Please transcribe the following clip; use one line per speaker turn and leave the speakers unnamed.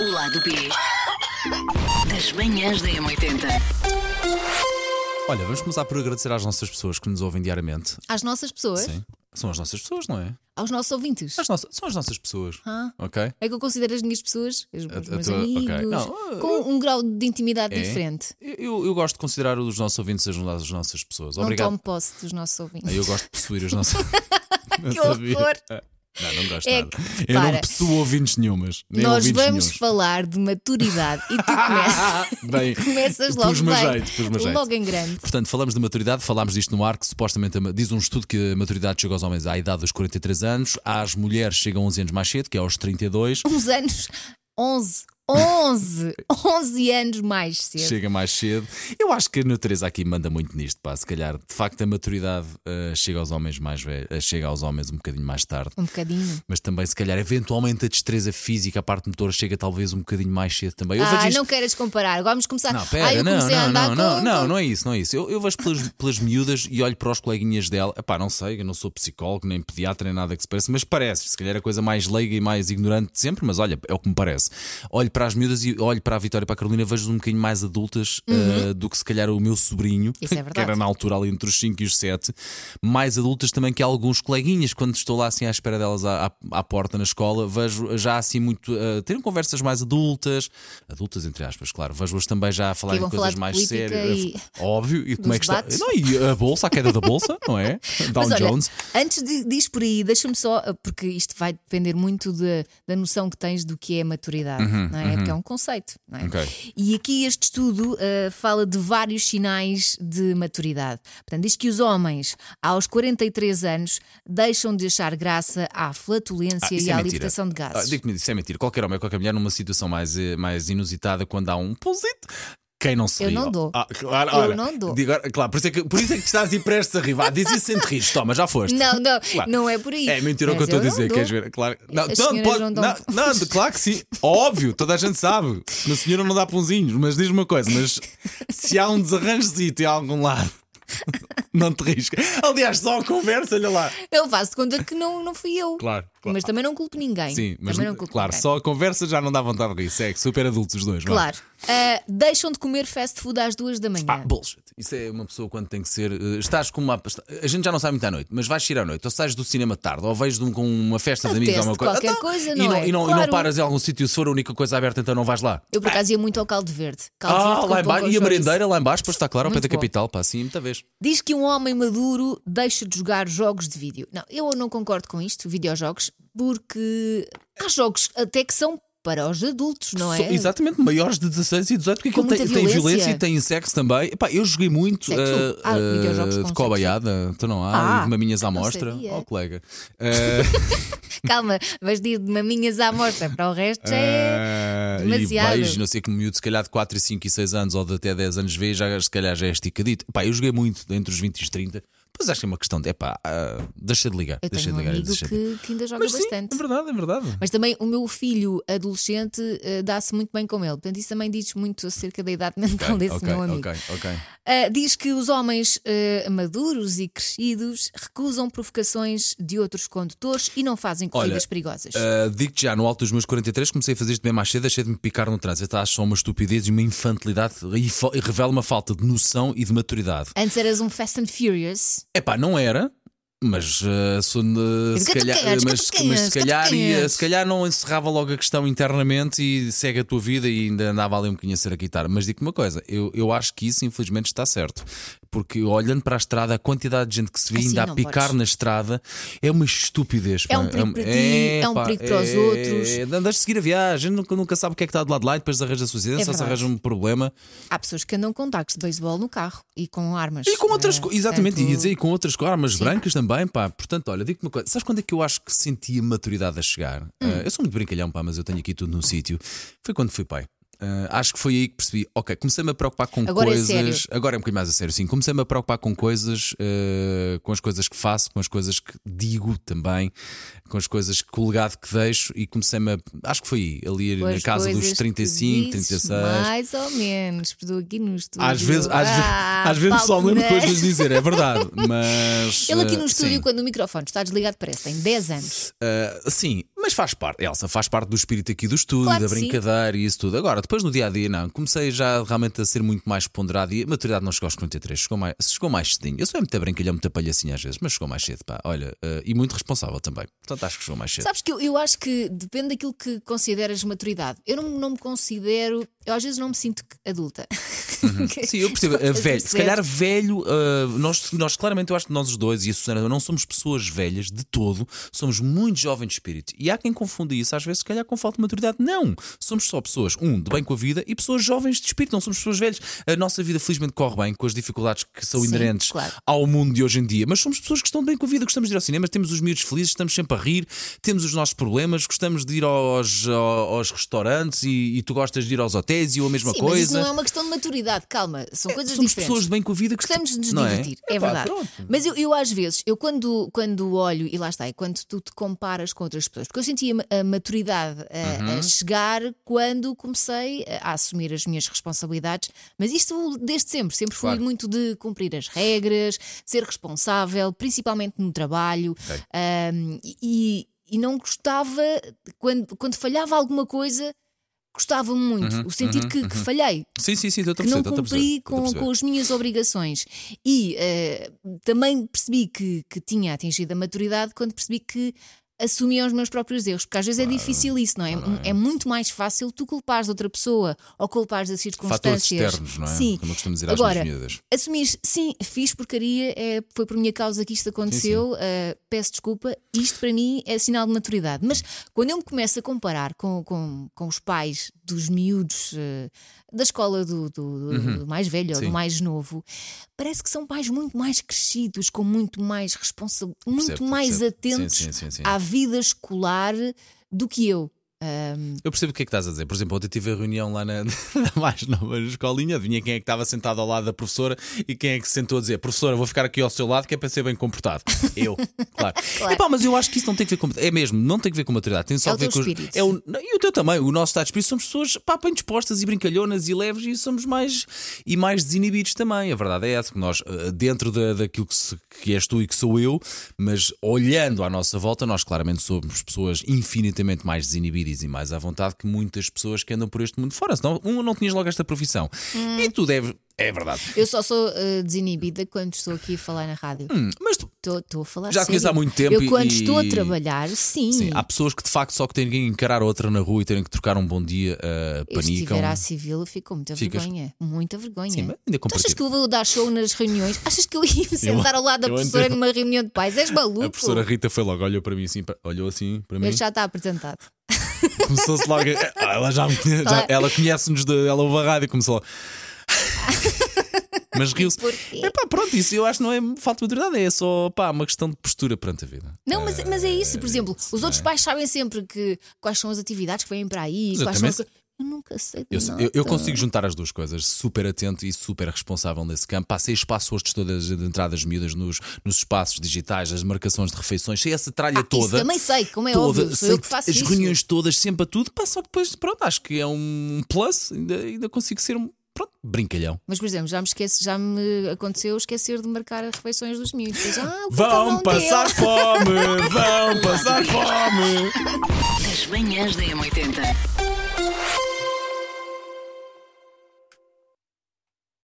O lado B das manhãs da M80.
Olha, vamos começar por agradecer às nossas pessoas que nos ouvem diariamente.
Às nossas pessoas?
Sim. São as nossas pessoas, não é?
Aos nossos ouvintes?
As nossas- são as nossas pessoas.
Ah.
Ok?
É que eu considero as minhas pessoas, os meus,
a
meus
tua-
amigos,
ok. Não,
com um grau de intimidade
É?
diferente.
Eu, eu gosto de considerar os nossos ouvintes as, as nossas pessoas.
Não
Obrigado. Ah,
tomo posse dos nossos ouvintes.
Eu gosto de possuir as nossas. Não
Que
sabia. Ah,
horror.
Não, não gosto
É
nada.
que,
Eu não
repara,
possuo ouvintes nenhumas. Nem
Nós
ouvintes
vamos
nenhuns. Ah,
falar de maturidade e tu começas,
Bem,
começas logo
pus-me a
bem,
jeito, pus-me a jeito.
logo em grande.
Portanto, falamos de maturidade, falámos disto no ar, que supostamente a ma- diz um estudo que a maturidade chega aos homens à idade dos 43 anos, às mulheres chegam 11 anos mais cedo, que é aos 32,
Uns anos, 11, 11, 11 anos mais cedo.
chega mais cedo. Eu acho que a natureza aqui manda muito nisto, pá. Se calhar, de facto, a maturidade ah, chega aos homens mais velhos, ah, chega aos homens um bocadinho mais tarde.
Um bocadinho.
Mas também, se calhar, eventualmente a destreza física, a parte motora, chega talvez um bocadinho mais cedo também. Eu vejo
ah,
isto-
não queiras comparar. Vamos começar.
Não, pera,
ah, eu
não,
comecei a
não,
andar
não, não,
com...
não, não é isso, não é isso. Eu, eu vejo pelas, pelas miúdas e olho para os coleguinhas dela. Epá, não sei, eu não sou psicólogo, nem pediatra, nem nada que se pareça, mas parece. Se calhar é a coisa mais leiga e mais ignorante de sempre, mas olha, é o que me parece. Olho para as miúdas e olho para a Vitória e para a Carolina, vejo um bocadinho mais adultas eh, do que se calhar o meu sobrinho,
Uhum. Isso é
que era
verdade.
na altura ali entre os 5 e os 7, mais adultas também que alguns coleguinhas, quando estou lá assim à espera delas à, à- à porta na escola, vejo já assim muito. Uh, terem conversas mais adultas, adultas entre aspas, claro, vejo-as também já a falar
vão
em coisas
falar de
mais
política
sérias.
e-
Óbvio, e como é que está.
debates.
Não, e a bolsa, a queda da bolsa, não é? Dow
Mas olha,
Jones.
antes de diz por aí, deixa-me só, eh, porque isto vai depender muito de- da noção que tens do que é maturidade, não é? Porque é um conceito, não é?
Uhum, Ok.
E aqui este estudo ah, fala de vários sinais de maturidade. Portanto, diz que os homens aos 43 anos deixam de achar graça à
Ah,
flatulência
isso
e
é
à
mentira.
libertação de
Ah,
gases.
Digo-me, isso é mentira. Qualquer homem, qualquer mulher, numa situação mais, eh, mais inusitada, quando há um pulsito. Quem não se
Eu
ri?
não
Oh.
dou.
Ah, claro,
Eu
ora,
não dou.
digo, ora, claro, por isso, é que, por isso é que estás aí prestes a rir. Vá, diz isso sem te rir. Toma, já foste.
não, não,
Claro.
não é por aí.
É mentira o que eu
Mas
estou a
não
dizer,
dou.
queres ver? Claro. Não,
As
não,
senhoras
pode-
não dão um
não, não, de- claro que sim. Óbvio, toda a gente sabe. Uma senhora não dá pãozinhos, mas diz-me uma coisa: mas se há um desarranjozito em algum lado, não te risca. Aliás, só a conversa, olha lá.
Eu faço de conta que não, não fui eu.
Claro, claro.
Mas também não culpo ninguém.
Sim, mas
também não culpo
claro,
ninguém.
só a conversa já não dá vontade de rir. Segue, super adultos os dois, é? vá.
Claro. Ah, deixam de comer fast food às duas da manhã.
Pá, bullshit. Isso é uma pessoa quando tem que ser. eh, Estás com uma. está- A gente já não sai muito à noite, mas vais sair à noite, ou sais do cinema tarde, ou vais de um- com uma festa de amigos ou
Apetece
uma coisa.
qualquer
Então,
coisa,
e
não
não,
é?
e não, e não
Claro.
paras em algum sítio, se for a única coisa aberta, então não vais lá.
Eu por acaso ia muito ao caldo verde. Caldo
Ah,
verde com
lá em
pão
baixo.
com
E a
chouriço.
merendeira lá em baixo, pois está claro, ao pé
Muito
da
bom.
capital, pá, assim, muita vez.
Diz que um homem maduro deixa de jogar jogos de vídeo. Não, eu não concordo com isto, videojogos, porque há jogos até que são para os adultos, não é?
So- exatamente, maiores de 16 e 18, porque
Com
aquilo tem,
muita
tem violência
violência.
e tem sexo também. Epá, eu joguei muito
Sexo?
ah,
Ah,
ah,
videojogos com
de
sexo.
cobaiada, então não há,
Ah,
e maminhas à
não
mostra.
sabia.
Ó, colega. Ah,
Calma, vais de maminhas à amostra, para o resto já é.
ah,
demasiado.
E beijo, não sei que miúdo, se calhar de 4, 5 e 6 anos ou de até 10 anos vê, já, se calhar já é esticadito. Epá, eu joguei muito entre os 20 e os 30. Pois acho que é uma questão de, epá, ah, deixa de ligar.
Eu
deixa
tenho
de
um
ligar.
amigo
deixa de ligar.
que, que ainda joga
Mas sim,
bastante.
é verdade, é verdade.
Mas também o meu filho adolescente eh, dá-se muito bem com ele. Portanto, isso também diz muito acerca da idade mental desse
ok,
meu amigo.
ok, ok.
Uh, diz que os homens uh, maduros e crescidos recusam provocações de outros condutores e não fazem corridas
Olha,
perigosas.
Uh, Digo-te já, no alto dos meus 43, comecei a fazer isto bem mais cedo, achei de me picar no trânsito. Acho só uma estupidez e uma infantilidade e, fo- e revela uma falta de noção e de maturidade.
Antes eras um Fast and Furious.
Epá, não era. Mas, uh, sou, uh, se
Catuquetes,
calhar, mas, mas
catuquetes,
se, calhar ia-
catuquetes.
se calhar não encerrava logo a questão internamente e segue a tua vida e ainda andava ali um bocadinho a ser a guitarra. Mas digo-te uma coisa, eu, eu acho que isso infelizmente está certo. Porque olhando para a estrada, a quantidade de gente que se vê
Assim
ainda a
não
picar
podes.
na estrada é uma estupidez.
É
pá.
um perigo para ti, é um
pá,
perigo para os
é-
outros.
é- Andas de seguir a viagem, nunca, nunca sabe o que é que está de lado de lá e depois arranja a sua
É
só se
verdade.
arranja um problema.
Há pessoas que andam com tacos de beisebol no carro e com armas.
E com outras
Eh,
coisas, exatamente,
portanto,
e dizer, e com outras co- armas brancas também, pá. Portanto, olha, digo-te uma coisa, sabes quando é que eu acho que senti a maturidade a chegar?
Hum.
Ah, eu sou muito brincalhão, pá, mas eu tenho aqui tudo no sítio. Foi quando fui pai. Ah, acho que foi aí que percebi, ok, comecei-me a preocupar com
Agora é
coisas.
sério.
Agora é um bocadinho mais a sério, sim. Comecei-me a preocupar com coisas, ah, com as coisas que faço, com as coisas que digo também, com as coisas que com o legado que deixo e comecei-me a. Acho que foi aí, ali
com
na
as
casa
coisas
dos
que
35,
dizes,
36.
Mais ou menos, estou aqui no estúdio.
Às vezes, às, ve-
é Ah,
às vezes só lembro
palpinei.
depois de lhes dizer, é verdade. Mas.
Ele aqui no
eh,
estúdio,
Sim,
quando o microfone está desligado, parece que tem 10 anos.
eh, sim. mas Mas faz parte, Elsa, faz parte do espírito aqui do estúdio,
Claro
da
que sim.
brincadeira e isso tudo. Agora, depois no dia a dia, não. Comecei já realmente a ser muito mais ponderado e a maturidade não chegou aos 43, chegou mais, chegou mais cedinho. Eu sou é muito brincalhão, muito palhacinha às vezes, mas chegou mais cedo, pá. Olha, eh, e muito responsável também. Portanto, acho que chegou mais cedo.
Sabes que eu, eu acho que depende daquilo que consideras maturidade. Eu não, não me considero, eu às vezes não me sinto que- adulta.
Uhum. Sim, eu percebo.
Estás
velho,
a
se
perceber?
calhar velho, ah, nós, nós claramente, eu acho que nós os dois e a Susana não somos pessoas velhas de todo, somos muito jovens de espírito. E há quem confunda isso às vezes, se calhar, com falta de maturidade. Não! Somos só pessoas, um, de bem com a vida e pessoas jovens de espírito, não somos pessoas velhas. A nossa vida, felizmente, corre bem com as dificuldades que são
Sim,
inerentes
claro.
ao mundo de hoje em dia, mas somos pessoas que estão bem com a vida, gostamos de ir ao cinema, temos os miúdos felizes, estamos sempre a rir, temos os nossos problemas, gostamos de ir aos, aos restaurantes e, e tu gostas de ir aos hotéis e eu a mesma
Sim,
coisa. É,
mas isso não é uma questão de maturidade, calma, são coisas
Somos
diferentes.
pessoas de bem com a vida que
Gostamos de nos
não
divertir, é,
Epá,
verdade.
pronto.
Mas eu, eu, às vezes, eu quando, quando olho, e lá está, e quando tu te comparas com outras pessoas, porque eu senti a, ma- a maturidade a,
Uhum.
a chegar quando comecei a, a assumir as minhas responsabilidades, mas isto desde sempre, sempre fui
Claro.
muito de cumprir as regras, de ser responsável, principalmente no trabalho,
Ok.
ahm, e, e não gostava, quando, quando falhava alguma coisa, gostava-me muito,
Uhum,
o sentir que, que falhei,
Sim, sim, sim, estou a
que não
perceber, estou a perceber,
cumpri
estou a
com,
perceber.
com as minhas obrigações. E eh, também percebi que, que tinha atingido a maturidade quando percebi que assumia os meus próprios erros, porque às vezes é difícil isso, não é? é? muito mais fácil tu culpares outra pessoa ou culpares as
Fatores
circunstâncias.
externos, não é?
Sim.
Como eu costumo dizer às
Agora,
minhas miúdas.
assumir, sim, fiz porcaria, é, foi por minha causa que isto aconteceu, eh, peço desculpa, isto para mim é sinal de maturidade. Mas quando eu me começo a comparar com, com, com os pais dos miúdos eh, da escola do, do- do- do mais velho ou
Uhum. Sim.
do mais novo, parece que são pais muito mais crescidos, com muito mais responsa muito
Percebo,
mais
percebo. Sim,
atentos
sim, sim, sim.
à vida escolar do que eu.
Eu percebo o que é que estás a dizer. Por exemplo, ontem tive a reunião lá na, na mais nova escolinha, adivinha quem é que estava sentado ao lado da professora e quem é que se sentou a dizer: Professora, vou ficar aqui ao seu lado que é para ser bem comportado. Eu, claro. Epá, mas eu acho que isso não tem que ver com. É mesmo, não tem que ver com maturidade. Tem só
É o
a ver
teu
com. os-
espírito.
É o, não, e o teu também. O nosso estado de espírito somos pessoas pá, bem dispostas e brincalhonas e leves e somos mais, e mais desinibidos também. A verdade é essa, que nós, eh, dentro da, daquilo que, se- que és tu e que sou eu, mas olhando à nossa volta, nós claramente somos pessoas infinitamente mais desinibidas e mais à vontade que muitas pessoas que andam por este mundo fora. Senão, um, não tinhas logo esta profissão.
Hum.
E tu deves. É verdade.
Eu só sou eh, desinibida quando estou aqui a falar na rádio.
Hum, Mas tu,
Estou a falar
Já a conheço
sério.
há muito tempo
Eu,
e-
quando estou a
e-
trabalhar, sim.
Sim, há pessoas que de facto só que têm que encarar outra na rua e terem que trocar um bom dia, uh,
eu se assim,
panicam.
estiver à civil, eu fico com muita
Ficas-
vergonha. Muita vergonha.
Sim, mas ainda é
tu Então, achas
compartilho.
que eu vou dar show nas reuniões? Achas que eu ia me sentar ao lado da
eu
professora
ando-
numa reunião de pais? És maluco?
A professora Rita foi logo, olhou para mim assim, pa- olhou assim para mim, tipo,
Ele Tipo, já está apresentado.
começou-se logo. a- Ah, Ela já, me conhece- já- ela conhece-nos, de- ela ouve a rádio e começou logo. Mas riu-se.
Porquê?
Epá, pronto, isso eu acho que não é falta de maturidade, é só pá, uma questão de postura perante a vida.
Não, mas, mas é isso, por exemplo,
isso,
os outros
não é?
pais sabem sempre que, quais são as atividades que vêm para aí,
Mas eu
quais
também
são as... Eu nunca sei de
Eu,
nada.
eu- eu consigo juntar as duas coisas, super atento e super responsável nesse campo. Passei espaço hoje de todas as entradas miúdas nos, nos espaços digitais, as marcações de refeições, sei essa tralha
Ah,
toda.
Isso também sei, como é
toda,
óbvio, sou
sei
eu que faço
as
isso.
reuniões todas, sempre a tudo, pá, só que depois, pronto, acho que é um plus, ainda, ainda consigo ser um, pronto, brincalhão.
Mas, por exemplo, já me, esquece, já me aconteceu esquecer de marcar as refeições dos miúdos. Depois, Ah, o
Vão
cartão não deu.
passar fome, vão passar fome.
Das manhãs da M80.